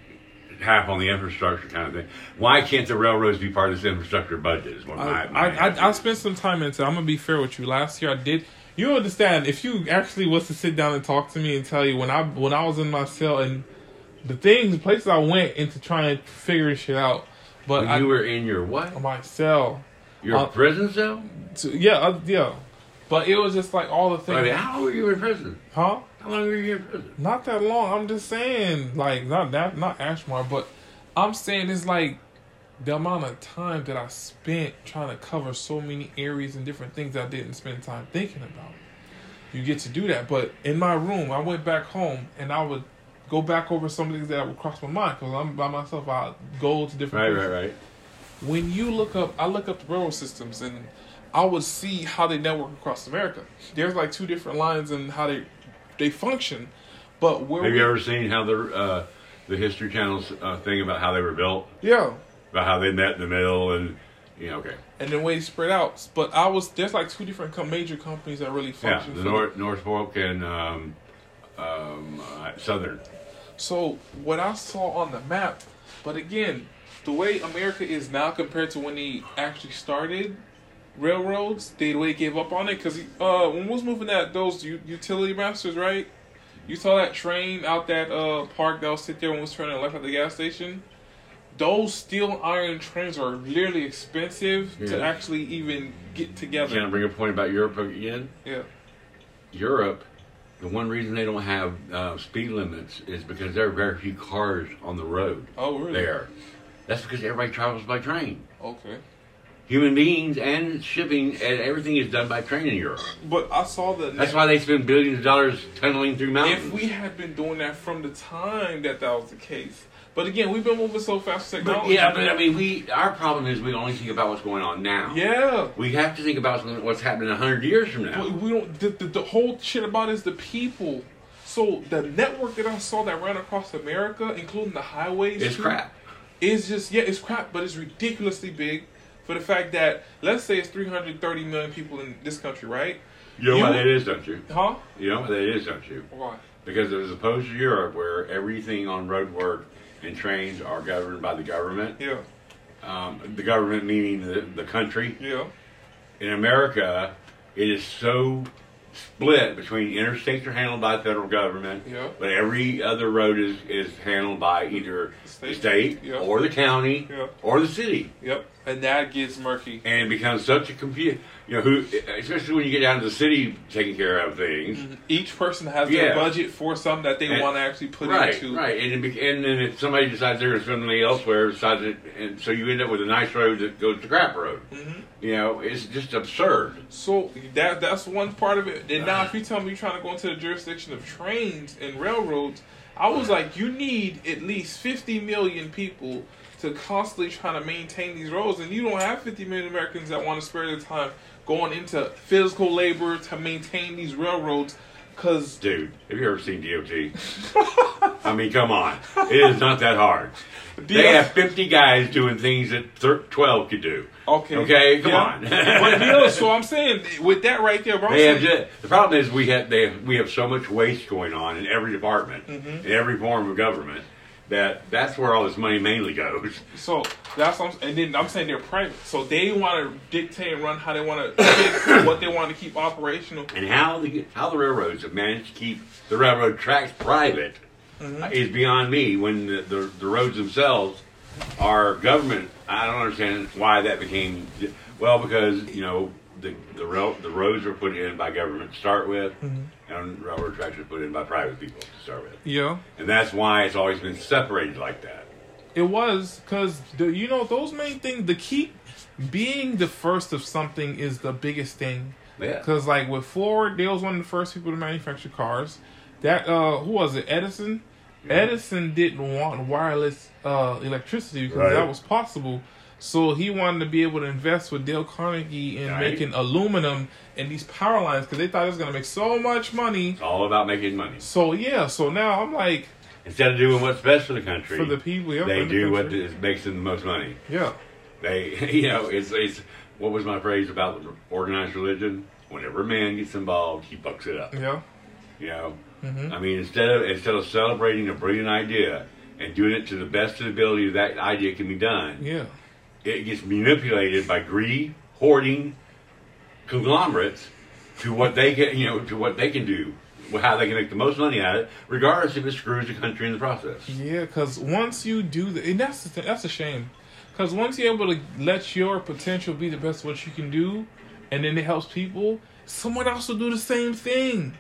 Speaker 1: half on the infrastructure kind of thing. Why can't the railroads be part of this infrastructure budget? Is what
Speaker 2: I,
Speaker 1: my, my
Speaker 2: I, I I spent some time into. I'm gonna be fair with you. Last year I did. You understand if you actually was to sit down and talk to me and tell you when I when I was in my cell and the things the places I went into trying to figure this shit out, but
Speaker 1: when
Speaker 2: I
Speaker 1: you were in your what
Speaker 2: my cell.
Speaker 1: your
Speaker 2: uh,
Speaker 1: prison cell?
Speaker 2: So, yeah, uh, yeah. But it was just like all the things,
Speaker 1: I mean, how long were you in prison?
Speaker 2: huh?
Speaker 1: How long were you in prison?
Speaker 2: Not that long. I'm just saying, like, not that, not Ashmar, but I'm saying it's like the amount of time that I spent trying to cover so many areas and different things I didn't spend time thinking about. You get to do that, but in my room, I went back home and I would go back over some things that would cross my mind because I'm by myself. I go to different
Speaker 1: Right,
Speaker 2: places
Speaker 1: right, right.
Speaker 2: when you look up, I look up the railroad systems and I would see how they network across America. There's like two different lines and how they they function, but where
Speaker 1: Have
Speaker 2: we,
Speaker 1: you ever seen how the uh, the History Channel's uh, thing about how they were built,
Speaker 2: yeah,
Speaker 1: about how they met in the middle, and you know, okay,
Speaker 2: and the way they spread out. But I was there's like two different com- major companies that really
Speaker 1: yeah,
Speaker 2: function.
Speaker 1: the
Speaker 2: for the-
Speaker 1: North North Fork and um, um, uh, Southern.
Speaker 2: So what I saw on the map, but again, the way America is now compared to when they actually started railroads, they way gave up on it because uh, when we was moving that those u- utility masters, right? You saw that train out that uh park that was sit there when we was turning left at the gas station. Those steel iron trains are literally expensive to
Speaker 1: Yeah.
Speaker 2: actually even get
Speaker 1: Can I
Speaker 2: together.
Speaker 1: bring a point about Europe again?
Speaker 2: Yeah.
Speaker 1: Europe, the one reason they don't have uh, speed limits is because there are very few cars on the road
Speaker 2: Oh, really?
Speaker 1: there. That's because everybody travels by train.
Speaker 2: Okay.
Speaker 1: Human beings and shipping and everything is done by train in Europe.
Speaker 2: But I saw the.
Speaker 1: That's why they spend billions of dollars tunneling through mountains.
Speaker 2: If we had been doing that from the time that that was the case, but again, we've been moving so fast. with
Speaker 1: but,
Speaker 2: Technology.
Speaker 1: yeah, but I mean, we our problem is we only think about what's going on now.
Speaker 2: yeah.
Speaker 1: We have to think about what's happening hundred years from now.
Speaker 2: But we don't. The, the, the whole shit about it is the people. So the network that I saw that ran across America, including the highways,
Speaker 1: It's
Speaker 2: too,
Speaker 1: crap.
Speaker 2: is just yeah, it's crap, but it's ridiculously big for the fact that let's say it's 330 million people in this country, right?
Speaker 1: You know
Speaker 2: You-
Speaker 1: why that is, don't you?
Speaker 2: Huh?
Speaker 1: You know why that is, don't you?
Speaker 2: Why?
Speaker 1: Because as opposed to Europe, where everything on road work and trains are governed by the government,
Speaker 2: Yeah,
Speaker 1: um, the government meaning the, the country,
Speaker 2: yeah,
Speaker 1: in America, it is so split between interstates are handled by the federal government,
Speaker 2: Yeah.
Speaker 1: but every other road is, is handled by either the
Speaker 2: State.
Speaker 1: state
Speaker 2: Yeah.
Speaker 1: or the county
Speaker 2: Yeah.
Speaker 1: or the city.
Speaker 2: yep. And that gets murky.
Speaker 1: And it becomes such a compute, you know, who, especially when you get down to the city taking care of things.
Speaker 2: Mm-hmm. Each person has
Speaker 1: Yeah.
Speaker 2: their budget for something that they
Speaker 1: And-
Speaker 2: want to actually put
Speaker 1: right,
Speaker 2: into.
Speaker 1: Right, and, it be, and then if somebody decides they're going to spend money elsewhere, decides it, and so you end up with a nice road that goes to crap road. You know, it's just absurd.
Speaker 2: Mm-hmm. So that that's one part of it. And now, if you tell me you're trying to go into the jurisdiction of trains and railroads, I was like, you need at least 50 million people to constantly trying to maintain these roads, and you don't have 50 million Americans that want to spare their time going into physical labor to maintain these railroads. Cause
Speaker 1: Dude, have you ever seen
Speaker 2: *laughs*
Speaker 1: DOT? I mean, come on. It is not that
Speaker 2: *laughs*
Speaker 1: hard. They
Speaker 2: DOT
Speaker 1: have 50 guys doing things that thir- 12 could do.
Speaker 2: okay,
Speaker 1: Okay, come
Speaker 2: yeah.
Speaker 1: on.
Speaker 2: but you know, so I'm saying with that right there, bro.
Speaker 1: *laughs*
Speaker 2: I'm
Speaker 1: They have
Speaker 2: saying,
Speaker 1: ju- the problem is we have they have, we have so much waste going on in every department,
Speaker 2: Mm-hmm.
Speaker 1: in every form of government, that that's where all this money mainly goes.
Speaker 2: So that's what I'm, and then I'm saying they're private, so they want to dictate and run how they *coughs* want to, what they want to keep operational.
Speaker 1: and how the how the railroads have managed to keep the railroad tracks private
Speaker 3: Mm-hmm.
Speaker 2: Mhm.
Speaker 1: is beyond me when the, the, the roads themselves are government. I don't understand why that became, well, because, you know, the, the, rail, the roads were put in by government to start with,
Speaker 3: Mm-hmm.
Speaker 1: and railroad tracks were put in by private people to start with.
Speaker 3: Yeah.
Speaker 1: And that's why it's always been separated like that.
Speaker 3: It was because you know those main things. The keep being the first of something is the biggest thing.
Speaker 1: Yeah.
Speaker 3: Because like with Ford, they was one of the first people to manufacture cars. That uh, who was it? Edison. Edison didn't want wireless uh electricity because
Speaker 1: Right.
Speaker 3: that was possible. So he wanted to be able to invest with Dale Carnegie in
Speaker 1: Right.
Speaker 3: making aluminum and these power lines because they thought it was gonna make so much money.
Speaker 1: It's all about making money.
Speaker 3: So yeah, so now I'm like
Speaker 1: Instead of doing what's best for the country,
Speaker 3: for the people, yeah,
Speaker 1: they
Speaker 3: for the
Speaker 1: do what
Speaker 3: country.
Speaker 1: is, makes them the most money.
Speaker 3: yeah.
Speaker 1: They, *laughs* you know, it's, it's what was my phrase about organized religion? Whenever a man gets involved, he bucks it up.
Speaker 3: Yeah.
Speaker 1: You know,
Speaker 3: Mhm.
Speaker 1: I mean, instead of instead of celebrating a brilliant idea and doing it to the best of the ability that idea can be done,
Speaker 3: Yeah.
Speaker 1: it gets manipulated by greed, hoarding, conglomerates to what they can, you know, to what they can do, how they can make the most money out of it, regardless if it screws the country in the process.
Speaker 3: Yeah, because once you do the, and that's the thing, that's a shame. Because once you're able to let your potential be the best of what you can do, and then it helps people, someone else will do the same thing.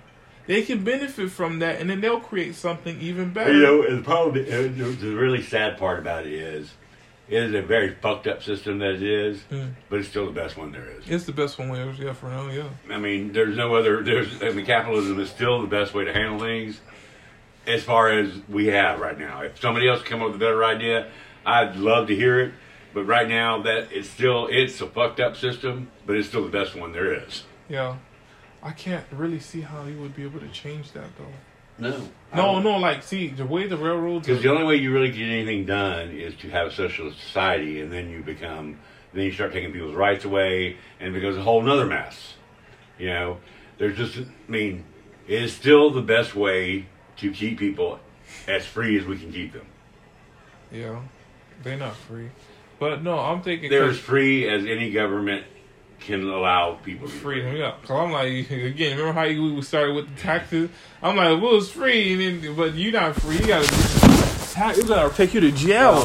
Speaker 3: They can benefit from that, and then they'll create something even better.
Speaker 1: You know, and the problem, and the the really sad part about it is, it is a very fucked up system that it is,
Speaker 3: Mm.
Speaker 1: but it's still the best one there is.
Speaker 3: It's the best one we ever, yeah, for now, yeah.
Speaker 1: I mean, there's no other. There's. I mean, capitalism is still the best way to handle things, as far as we have right now. If somebody else come up with a better idea, I'd love to hear it. But right now, that it's still it's a fucked up system, but it's still the best one there is.
Speaker 3: Yeah. I can't really see how you would be able to change that, though.
Speaker 1: No,
Speaker 3: No, no, like, see, the way the railroads.
Speaker 1: Because the only way you really get anything done is to have a socialist society, and then you become, then you start taking people's rights away, and it becomes a whole nother mess. You know, there's just, I mean, it is still the best way to keep people as free as we can keep them.
Speaker 3: Yeah. They're not free. But no, I'm thinking.
Speaker 1: They're as free as any government can allow people. To be.
Speaker 3: freedom. Yeah, so I'm
Speaker 2: *laughs*
Speaker 3: like again. Remember how you we started with the taxes? I'm like, well, it's free, and then, but you not free. You gotta tax. It's gonna take you to
Speaker 1: Well,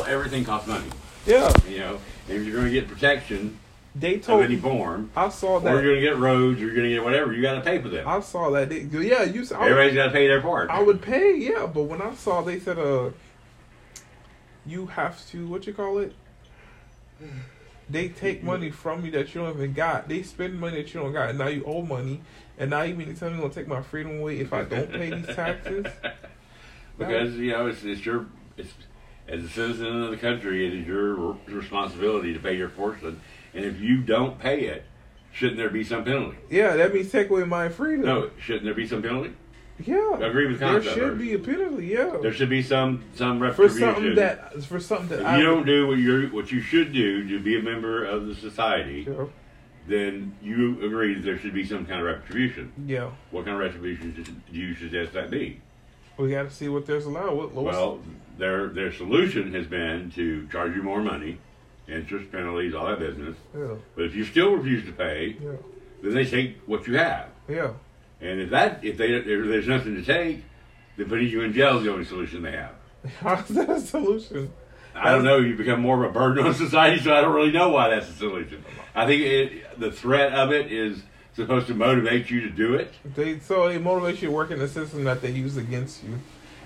Speaker 3: jail.
Speaker 1: everything costs money.
Speaker 3: Yeah,
Speaker 1: You know, and if you're going to get protection
Speaker 2: They
Speaker 1: of
Speaker 2: told
Speaker 1: any
Speaker 2: me
Speaker 1: form,
Speaker 2: I saw
Speaker 1: or you're
Speaker 2: that.
Speaker 1: going to get roads, or you're going to get whatever. You got to pay for them.
Speaker 2: I saw that. They, yeah, you. said- I would-
Speaker 1: Everybody's got to pay their part.
Speaker 2: I would pay, yeah, but when I saw they said uh you have to what you call it? They take money from you that you don't even got. They spend money that you don't got and now you owe money and now you mean to tell me you're gonna take my freedom away if I don't pay these taxes?
Speaker 1: Because you know it's, it's your it's as a citizen of the country, it is your r- responsibility to pay your portion. And if you don't pay it, shouldn't there be some penalty?
Speaker 2: Yeah, that means take away my freedom.
Speaker 1: No, shouldn't there be some penalty?
Speaker 2: Yeah.
Speaker 1: I agree with
Speaker 2: There
Speaker 1: Concept,
Speaker 2: should
Speaker 1: right?
Speaker 2: be a penalty, yeah.
Speaker 1: There should be some some
Speaker 2: for
Speaker 1: retribution.
Speaker 2: something that for something that
Speaker 1: if
Speaker 2: I
Speaker 1: you don't do what you what you should do to be a member of the society,
Speaker 2: yeah,
Speaker 1: then you agree that there should be some kind of retribution.
Speaker 2: yeah.
Speaker 1: What kind of retribution should- do you suggest that be?
Speaker 2: We gotta see what there's allowed. What, what's-
Speaker 1: Well, their their solution has been to charge you more money, interest penalties, all that business.
Speaker 2: yeah,
Speaker 1: But if you still refuse to pay,
Speaker 2: yeah,
Speaker 1: then they take what you have.
Speaker 2: yeah. *laughs*
Speaker 1: And if that if they if there's nothing to take, then putting you in jail is the only solution they have.
Speaker 2: How's that a solution?
Speaker 1: I don't know. You become more of a burden on *laughs* society, so I don't really know why that's the solution. I think it, the threat of it is supposed to motivate you to do it.
Speaker 2: They so it motivates you to work in the system that they use against you.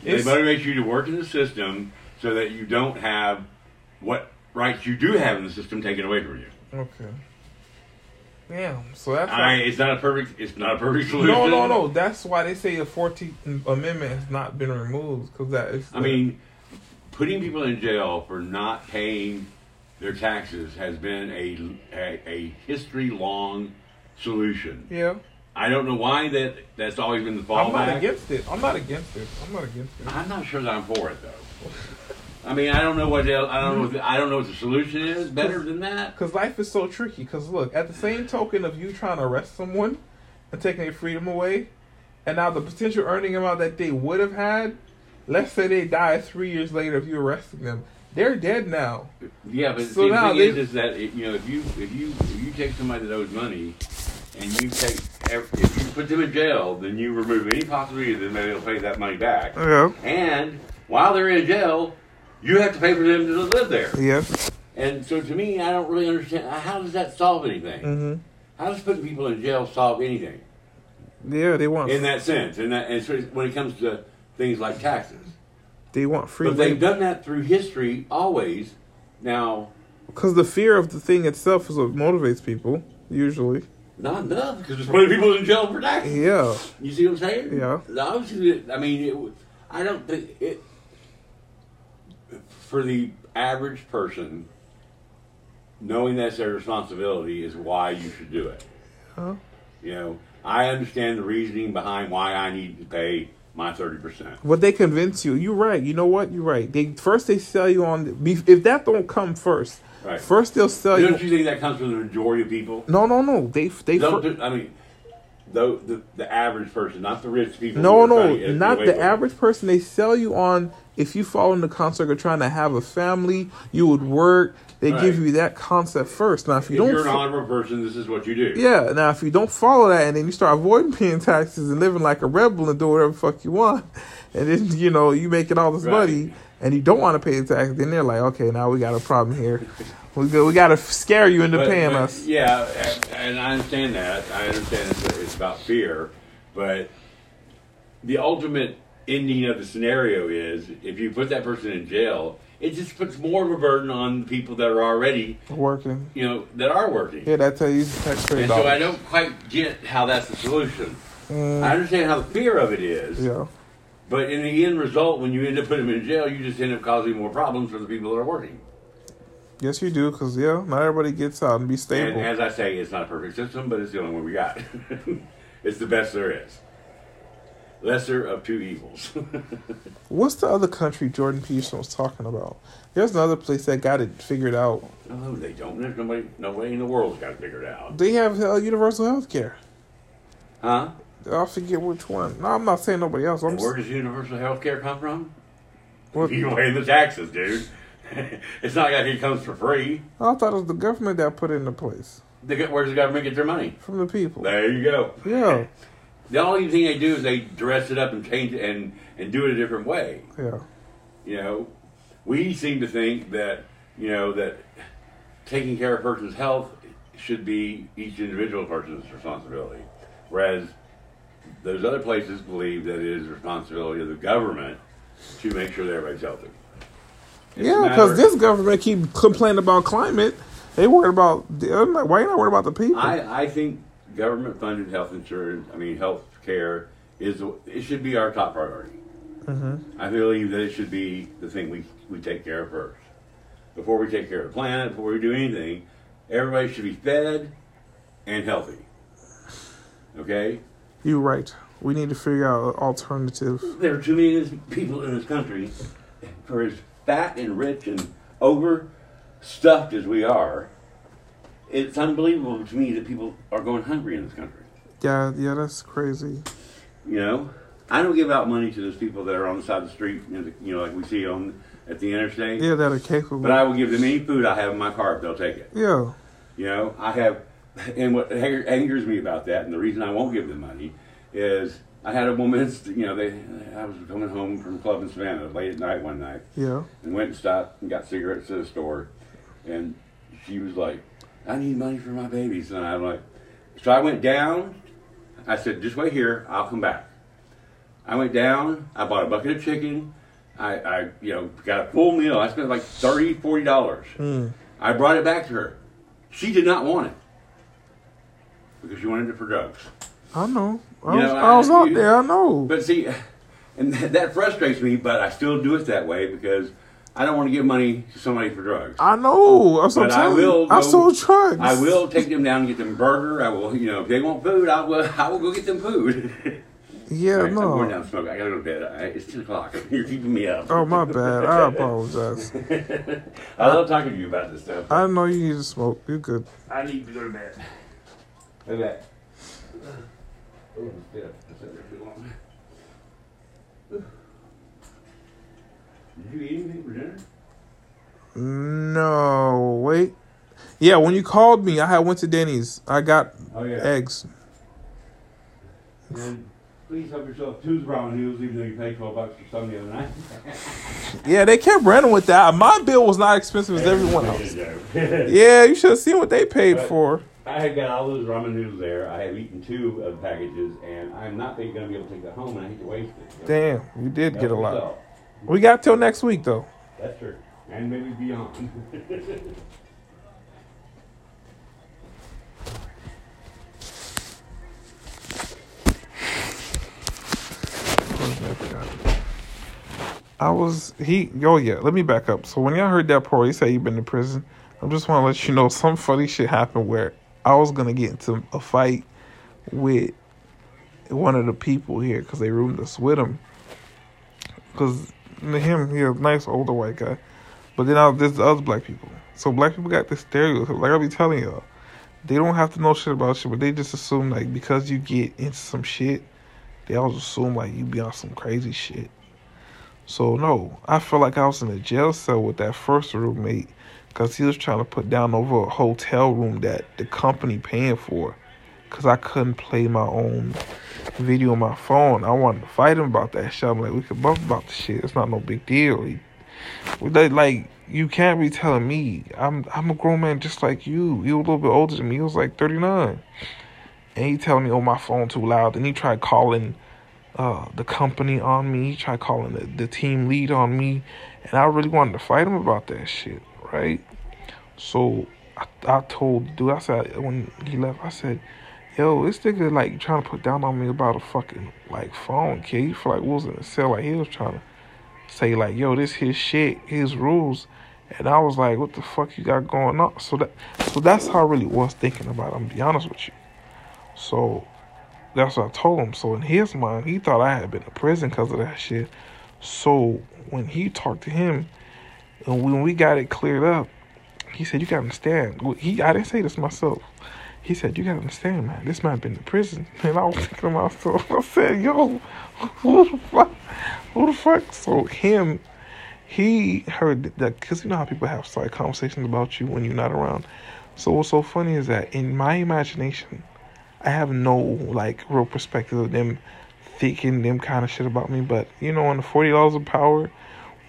Speaker 1: They
Speaker 2: It's,
Speaker 1: motivate you to work in the system so that you don't have what rights you do have in the system taken away from you.
Speaker 2: okay. Damn. So that's
Speaker 1: I,
Speaker 2: why-
Speaker 1: it's not a perfect. It's not a perfect solution.
Speaker 2: no, no, no. That's why they say the Fourteenth Amendment has not been removed because that is.
Speaker 1: I mean, putting people in jail for not paying their taxes has been a a, a history long solution.
Speaker 2: yeah.
Speaker 1: I don't know why that that's always been the
Speaker 2: I'm not
Speaker 1: fallback.
Speaker 2: against it. I'm not against it. I'm not against it.
Speaker 1: I'm not sure that I'm for it though. I mean, I don't know what el I don't know. What the, I don't know what the solution is. Better than that.
Speaker 2: Because life is so tricky. Because look, at the same token of you trying to arrest someone and taking their freedom away, and now the potential earning amount that they would have had, let's say they die three years later of you arresting them, they're dead now.
Speaker 1: Yeah, but
Speaker 2: So
Speaker 1: see, the
Speaker 2: now
Speaker 1: thing
Speaker 2: they-
Speaker 1: is, is that it, you know if you if you if you take somebody that owes money and you take ev- if you put them in jail, then you remove any possibility that they'll pay that money back.
Speaker 2: Okay.
Speaker 1: And while they're in jail, you have to pay for them to live there.
Speaker 2: Yes.
Speaker 1: And so to me, I don't really understand uh, how does that solve anything?
Speaker 2: Mhm.
Speaker 1: How does putting people in jail solve anything?
Speaker 2: Yeah, they want
Speaker 1: In that sense, and that, and so when it comes to things like taxes,
Speaker 2: they want free
Speaker 1: but they've
Speaker 2: labor
Speaker 1: done that through history always. Now,
Speaker 2: because the fear of the thing itself is what motivates people usually.
Speaker 1: not enough because there's plenty of people in jail for taxes.
Speaker 2: Yeah.
Speaker 1: You see what I'm saying?
Speaker 2: Yeah.
Speaker 1: Obviously, I mean, it, w- I don't think it for the average person. Knowing that's their responsibility is why you should do it.
Speaker 2: Huh?
Speaker 1: You know, I understand the reasoning behind why I need to pay my thirty percent.
Speaker 2: But they convince you. You're right. You know what? You're right. They first they sell you on. be- If that don't come first,
Speaker 1: Right.
Speaker 2: first they'll sell
Speaker 1: Don't
Speaker 2: Oh, you.
Speaker 1: you think that comes from the majority of people?
Speaker 2: No, no, no. They they.
Speaker 1: Don't
Speaker 2: fir-
Speaker 1: do- I mean, the, the the average person, not the rich people. who
Speaker 2: No,
Speaker 1: are trying
Speaker 2: no,
Speaker 1: to get
Speaker 2: not
Speaker 1: away
Speaker 2: the
Speaker 1: with it.
Speaker 2: average person. They sell you on if you fall into concert or trying to have a family, you would work. They
Speaker 1: Right.
Speaker 2: give you that concept first. Now, if you
Speaker 1: If
Speaker 2: don't,
Speaker 1: you're an
Speaker 2: fo-
Speaker 1: honorable person, this is what you do.
Speaker 2: yeah. Now, if you don't follow that, and then you start avoiding paying taxes and living like a rebel and doing whatever the fuck you want, *laughs* and then you know you making all this
Speaker 1: Right.
Speaker 2: money, and you don't want to pay the tax, then they're like, okay, now we got a problem here. We go, we got to scare you into
Speaker 1: But-
Speaker 2: paying
Speaker 1: but-
Speaker 2: us.
Speaker 1: Yeah, and- and I understand that. I understand it's, it's about fear, but the ultimate ending of the scenario is if you put that person in jail, it just puts more of a burden on the people that are already,
Speaker 2: Working.
Speaker 1: you know, that are working.
Speaker 2: Yeah, that's how you use the taxpayer
Speaker 1: and so I
Speaker 2: dollars.
Speaker 1: don't quite get how that's the solution. I
Speaker 2: Mm,
Speaker 1: understand how the fear of it is,
Speaker 2: yeah.
Speaker 1: but in the end result, when you end up putting them in jail, you just end up causing more problems for the people that are working.
Speaker 2: Yes, you do, because, yeah, not everybody gets out and be stable.
Speaker 1: And as I say, it's not a perfect system, but it's the only one we got. *laughs* it's the best there is. Lesser of two evils. *laughs*
Speaker 2: What's the other country Jordan Peterson was talking about? There's another place that got it figured out.
Speaker 1: no, Oh, they don't. There's nobody, nobody in the world's got it figured out.
Speaker 2: They have uh, universal health care.
Speaker 1: Huh?
Speaker 2: I forget which one. No, I'm not saying nobody else. I'm
Speaker 1: And where
Speaker 2: just,
Speaker 1: does universal health care come from? *laughs*
Speaker 2: what,
Speaker 1: You pay the taxes, dude. *laughs* it's not like it comes for free.
Speaker 2: I thought it was the government that put it into place
Speaker 1: They get, where's the government get their money?
Speaker 2: from the people.
Speaker 1: There you go.
Speaker 2: Yeah,
Speaker 1: The only thing they do is they dress it up and change it and, and do it a different way.
Speaker 2: yeah.
Speaker 1: You know, we seem to think that you know that taking care of a person's health should be each individual person's responsibility, whereas those other places believe that it is the responsibility of the government to make sure that everybody's healthy. It's
Speaker 2: Yeah,
Speaker 1: a
Speaker 2: because
Speaker 1: matter-
Speaker 2: this government keep complaining about climate. They worried about, the, I'm like, why you not worried about the people?
Speaker 1: I, I think government funded health insurance, I mean, health care is, it should be our top priority. I believe that it should be the thing we, we take care of first. Before we take care of the planet, before we do anything, everybody should be fed and healthy. Okay?
Speaker 2: You're right. We need to figure out an alternative.
Speaker 1: There are too many people in this country for as fat and rich and overstuffed as we are. It's unbelievable to me that people are going hungry in this country.
Speaker 2: Yeah, yeah, that's crazy.
Speaker 1: You know, I don't give out money to those people that are on the side of the street, you know, you know, like we see on at the interstate.
Speaker 2: Yeah, that are capable.
Speaker 1: But I will give them any food I have in my car if they'll take it.
Speaker 2: yeah,
Speaker 1: You know, I have, *laughs* and what ang- angers me about that, and the reason I won't give them money, is I had a woman. You know, they, I was coming home from a club in Savannah late at night one night,
Speaker 2: yeah.
Speaker 1: and went and stopped and got cigarettes at the store, and she was like, "I need money for my babies," and I'm like, so I went down. I said, "Just wait here, I'll come back." I went down. I bought a bucket of chicken. I, I you know, got a full meal. I spent like $30, 40 dollars. I brought it back to her. She did not want it because she wanted it for drugs.
Speaker 2: I know. I
Speaker 1: You
Speaker 2: was,
Speaker 1: know,
Speaker 2: I was
Speaker 1: I-
Speaker 2: out
Speaker 1: you-
Speaker 2: there. I know.
Speaker 1: But see, and that that frustrates me. But I still do it that way because I don't want to give money to somebody for drugs.
Speaker 2: I know. I'm so
Speaker 1: But I
Speaker 2: telling
Speaker 1: will.
Speaker 2: you. I
Speaker 1: go-
Speaker 2: sold drugs.
Speaker 1: I will take them down and get them a burger. I will, you know, if they want food, I will. I will go get them food.
Speaker 2: Yeah,
Speaker 1: All right, I'm going down
Speaker 2: no.
Speaker 1: to smoke. I gotta go to bed. I, it's ten o'clock. *laughs* You're keeping me up.
Speaker 2: Oh my bad. I apologize.
Speaker 1: I love talking to you about this stuff.
Speaker 2: I know you need to smoke. You good?
Speaker 4: I need to go to bed.
Speaker 1: Look at that. Oh, yeah, I sat there too long. Did you eat anything for dinner?
Speaker 2: No, wait. Yeah, when you called me, I had went to Denny's. I got
Speaker 1: Oh yeah.
Speaker 2: eggs.
Speaker 1: And please help yourself to the brown heels, even though you paid twelve bucks for some the other night.
Speaker 2: Yeah, they kept running with that. My bill was not expensive as
Speaker 1: *laughs*
Speaker 2: everyone else. Yeah, you should have seen what they paid
Speaker 1: Right.
Speaker 2: for.
Speaker 1: I had got all those ramen noodles there. I have eaten two of the packages, and I'm not going to be able to take that home, and I hate to waste it.
Speaker 2: Damn, you did get a lot.
Speaker 1: So,
Speaker 2: We got till next week though.
Speaker 1: That's true. And maybe beyond. *laughs*
Speaker 2: I was he. Oh yeah, let me back up. So when y'all heard that part, he said you been to prison. I just want to let you know some funny shit happened where I was gonna get into a fight with one of the people here because they roomed us with him. Cause him, he a nice older white guy, but then I, there's the other black people. So black people got this stereotype. Like I be telling y'all, they don't have to know shit about shit, but they just assume like because you get into some shit, they always assume like you be on some crazy shit. So no, I felt like I was in a jail cell with that first roommate because he was trying to put down over a hotel room that the company paying for because I couldn't play my own video on my phone. I wanted to fight him about that shit. I'm like, we could bump about the shit. It's not no big deal. He- we Like, like you can't be telling me I'm I'm a grown man just like you. You a little bit older than me. He was like 39, and he telling me, "Oh, my phone too loud." And he tried calling uh, the company on me. He tried calling the, the team lead on me, and I really wanted to fight him about that shit, right? So I, I told the dude, I said when he left, I said, "Yo, this nigga like trying to put down on me about a fucking like phone, kid. He feel like we was in a cell, like he was trying to say like, yo, this his shit, his rules." And I was like, "What the fuck you got going on?" So that, so that's how I really was thinking about. it, I'm gonna be honest with you. So that's what I told him. So in his mind, he thought I had been to prison because of that shit. So when he talked to him, and when we got it cleared up, he said, "You gotta understand." Well, He, I didn't say this myself. He said, "You gotta understand, man. This man been to prison." *laughs* And I was thinking to myself, *laughs* I said, "Yo, who the fuck? Who the fuck?" So him, he heard that because you know how people have side conversations about you when you're not around. So what's so funny is that in my imagination, I have no like real perspective of them thinking them kind of shit about me. But you know, on the forty dollars of power,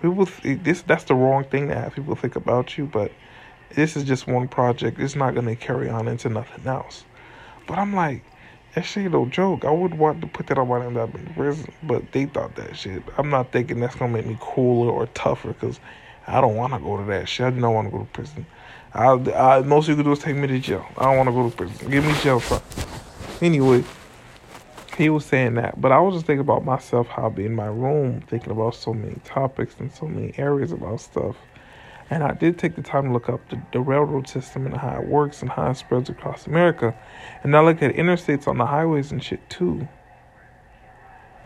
Speaker 2: people th- this that's the wrong thing to have people think about you. But this is just one project. It's not gonna carry on into nothing else. But I'm like, that shit no joke. I would want to put that on my name that I've been in prison, but they thought that shit. I'm not thinking that's gonna make me cooler or tougher because I don't want to go to that shit. I do not want to go to prison. I, I most you could do is take me to jail. I don't want to go to prison. Give me jail time anyway, he was saying that, but I was just thinking about myself, how I'd be in my room, thinking about so many topics and so many areas about stuff. And I did take the time to look up the, the railroad system and how it works and how it spreads across America. And I looked at interstates on the highways and shit too.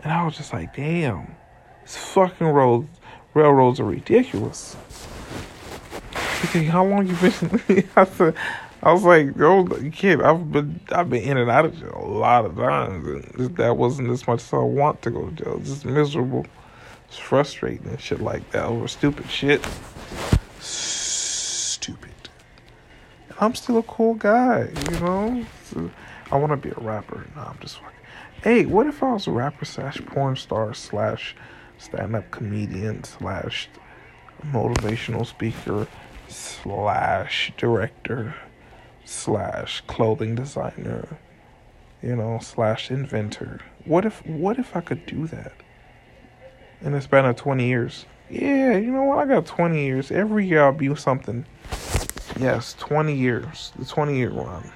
Speaker 2: And I was just like, damn, these fucking roads, railroads are ridiculous. He said, how long you been? *laughs* I said, I was like, yo, kid, I've been I've been in and out of jail a lot of times, and this- that wasn't as much as I want to go to jail. It's just miserable, it's frustrating and shit like that over stupid shit. Stupid. And I'm still a cool guy, you know. So, I want to be a rapper. No, I'm just fucking. Hey, what if I was a rapper slash porn star slash stand up comedian slash motivational speaker slash director slash clothing designer you know slash inventor what if what if i could do that in the span of 20 years yeah you know what i got 20 years every year i'll be something yes 20 years the 20 year one